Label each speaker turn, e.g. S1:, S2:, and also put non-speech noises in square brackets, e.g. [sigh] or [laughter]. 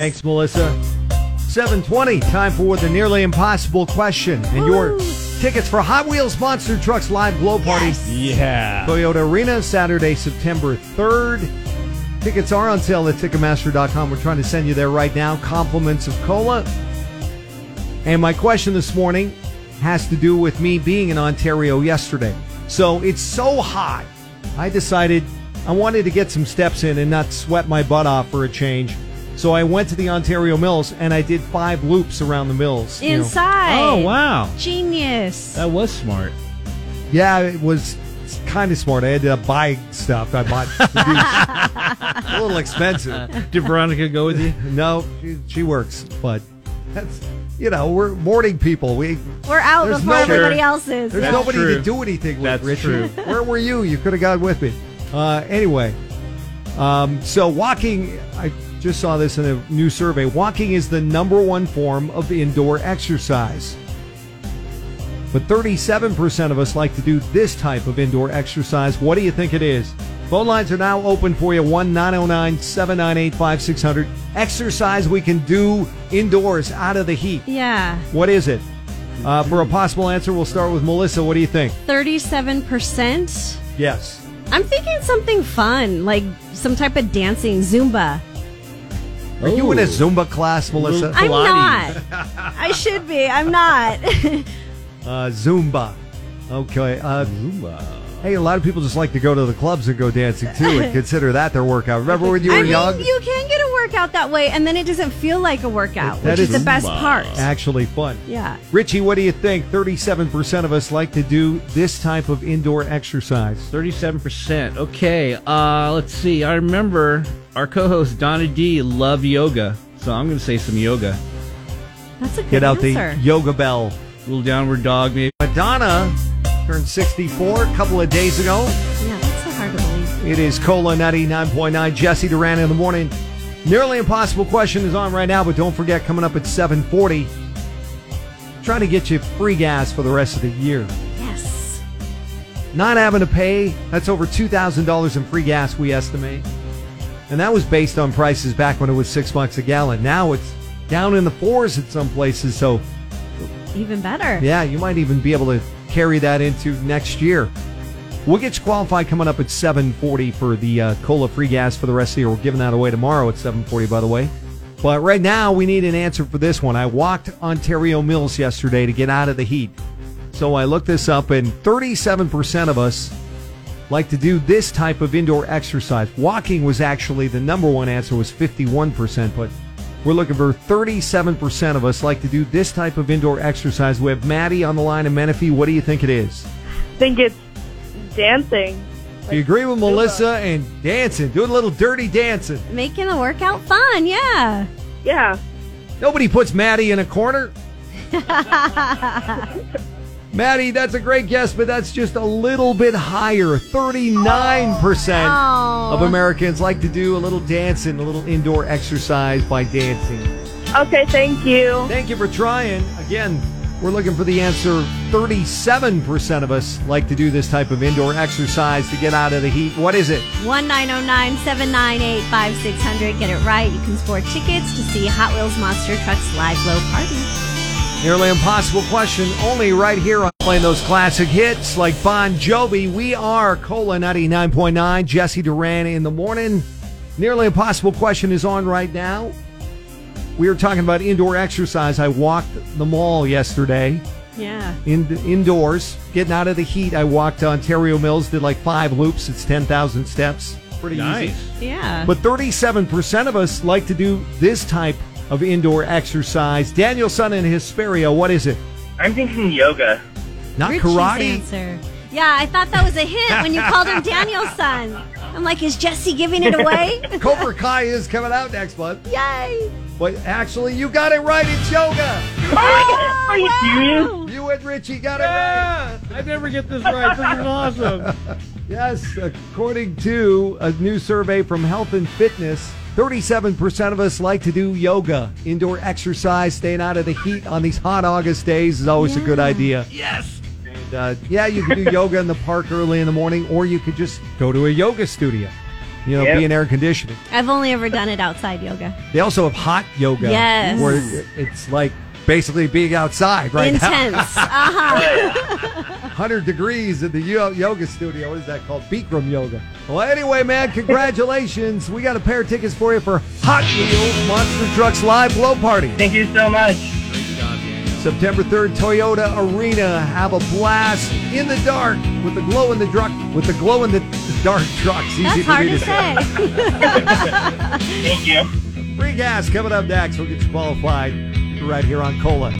S1: Thanks, Melissa. 720, time for the nearly impossible question. And your tickets for Hot Wheels Monster Trucks Live Glow Party,
S2: Yeah.
S1: Toyota Arena, Saturday, September 3rd. Tickets are on sale at Ticketmaster.com. We're trying to send you there right now. Compliments of cola. And my question this morning has to do with me being in Ontario yesterday. So it's so hot. I decided I wanted to get some steps in and not sweat my butt off for a change. So I went to the Ontario Mills and I did five loops around the mills. you know.
S3: Inside.
S2: Oh wow,
S3: Genius.
S2: that was smart.
S1: Yeah, it was kind of smart. I had to buy stuff. I bought a little expensive.
S2: Did Veronica
S1: [laughs]
S2: go with you?
S1: No, she, she works, but that's you know we're morning people. We
S3: We're out
S1: There's
S3: before
S1: no-
S3: everybody
S2: Sure.
S3: else is.
S1: there's
S3: Yeah.
S1: nobody to
S2: true.
S1: do anything with.
S2: That's
S1: Richard, [laughs] where were you? You could have gone with me. Uh, anyway, um, so walking. I just saw this in a new survey. Walking is the number one form of indoor exercise. But 37% of us like to do this type of indoor exercise. What do you think it is? Phone lines are now open for you oh 1 909 798 5600. Exercise we can do indoors out of the heat.
S3: Yeah.
S1: What is it? Uh, for a possible answer, we'll start with Melissa. What do you think?
S3: 37%.
S1: Yes.
S3: I'm thinking something fun, like some type of dancing, Zumba.
S1: Are you in a Zumba class, Melissa?
S3: I'm
S2: Pilates.
S3: not.
S1: [laughs]
S3: I should be. I'm not.
S1: Uh, Zumba. Okay. Uh, Hey, a lot of people just like to go to the clubs and go dancing too,
S3: [laughs]
S1: and consider that their workout. Remember when you were
S3: I mean,
S1: young?
S3: you can get a workout that way, and then it doesn't feel like a workout,
S1: That
S3: which is,
S1: is
S3: the best
S2: Zumba.
S3: part.
S1: Actually, fun.
S3: Yeah.
S1: Richie, what do you think? 37% of us like to do this type of indoor exercise.
S2: Thirty-seven percent. Okay. Uh, let's see. I remember our co-host Donna D love yoga, so I'm gonna say some yoga.
S3: That's a good
S1: Get out
S3: answer.
S1: the yoga bell.
S2: A little downward dog, maybe.
S1: Madonna turned 64 a couple of days ago.
S3: yeah, that's so hard to believe.
S1: It is Cola 99.9. Jesse Duran in the morning. Nearly impossible question is on right now, but don't forget, coming up at 740, trying to get you free gas for the rest of the year.
S3: Yes.
S1: Not having to pay, that's over $2,000 in free gas, we estimate. And that was based on prices back when it was six bucks a gallon. Now it's down in the fours at some places, so
S3: Even better.
S1: yeah, you might even be able to carry that into next year. We'll get you qualified coming up at 7:40 for the uh, cola free gas for the rest of the year. We're giving that away tomorrow at 7:40, by the way. But right now, we need an answer for this one. I walked Ontario Mills yesterday to get out of the heat, so I looked this up, and 37% of us like to do this type of indoor exercise. Walking was actually the number one answer was 51%, but we're looking for 37% of us like to do this type of indoor exercise. We have Maddie on the line in Menifee. What do you think it is?
S4: think it's dancing.
S1: Do you agree with Melissa and dancing? Do a little dirty dancing.
S3: Making a workout fun. Yeah.
S4: Yeah.
S1: Nobody puts Maddie in a corner. Maddie, that's a great guess, but that's just a little bit higher. 39%
S3: Aw.
S1: of Americans like to do a little dancing, a little indoor exercise by dancing.
S4: Okay, thank you.
S1: Thank you for trying. Again, we're looking for the answer. 37% of us like to do this type of indoor exercise to get out of the heat. What is it?
S3: 1-909-798-5600. Get it right. You can score tickets to see Hot Wheels Monster Trucks live glow party.
S1: Nearly impossible question. Only right here on playing those classic hits like Bon Jovi. We are Cola 99.9, Jesse Duran in the morning. Nearly impossible question is on right now. We are talking about indoor exercise. I walked the mall yesterday.
S3: Yeah.
S1: in, indoors, getting out of the heat. I walked to Ontario Mills, did like five loops. It's 10,000 steps. Pretty
S2: Nice.
S1: easy.
S3: Yeah.
S1: But 37% of us like to do this type of indoor exercise. Daniel Sun and Hesperia, what is it?
S5: I'm thinking yoga.
S1: Not
S3: Richie's
S1: karate.
S3: Answer. Yeah, I thought that was a hint when you called him Daniel's son. I'm like, is Jesse giving it away?
S1: Cobra Kai is coming out next month.
S3: Yay!
S1: But actually, you got it right. It's yoga.
S5: Are you
S3: Oh,
S5: serious?
S1: You and Richie got it right.
S2: Yeah, [laughs] I never get this right. This is awesome.
S1: Yes, according to a new survey from Health and Fitness, 37% of us like to do yoga. Indoor exercise, staying out of the heat on these hot August days is always a good idea. Yes. And uh, yeah, you can do yoga in the park early in the morning, or you could just go to a yoga studio. you know,
S5: Yep.
S1: be in air conditioning.
S3: I've only ever done it outside yoga.
S1: They also have hot yoga.
S3: Yes.
S1: Where it's like basically being outside right now.
S3: Intense. Uh-huh.
S1: 100 degrees at the yo- yoga studio. What is that called? Bikram yoga. Well, anyway, man, congratulations. we got a pair of tickets for you for Hot Wheels Monster Trucks Live Blow Party.
S5: Thank you so much.
S1: September 3rd, Toyota Arena. Have a blast in the dark with the glow in the truck, with the glow in the dark trucks. Easy
S3: That's
S1: for
S3: hard
S1: me
S3: to say.
S5: Thank you.
S1: Free gas coming up next. We'll get you qualified right here on Cola.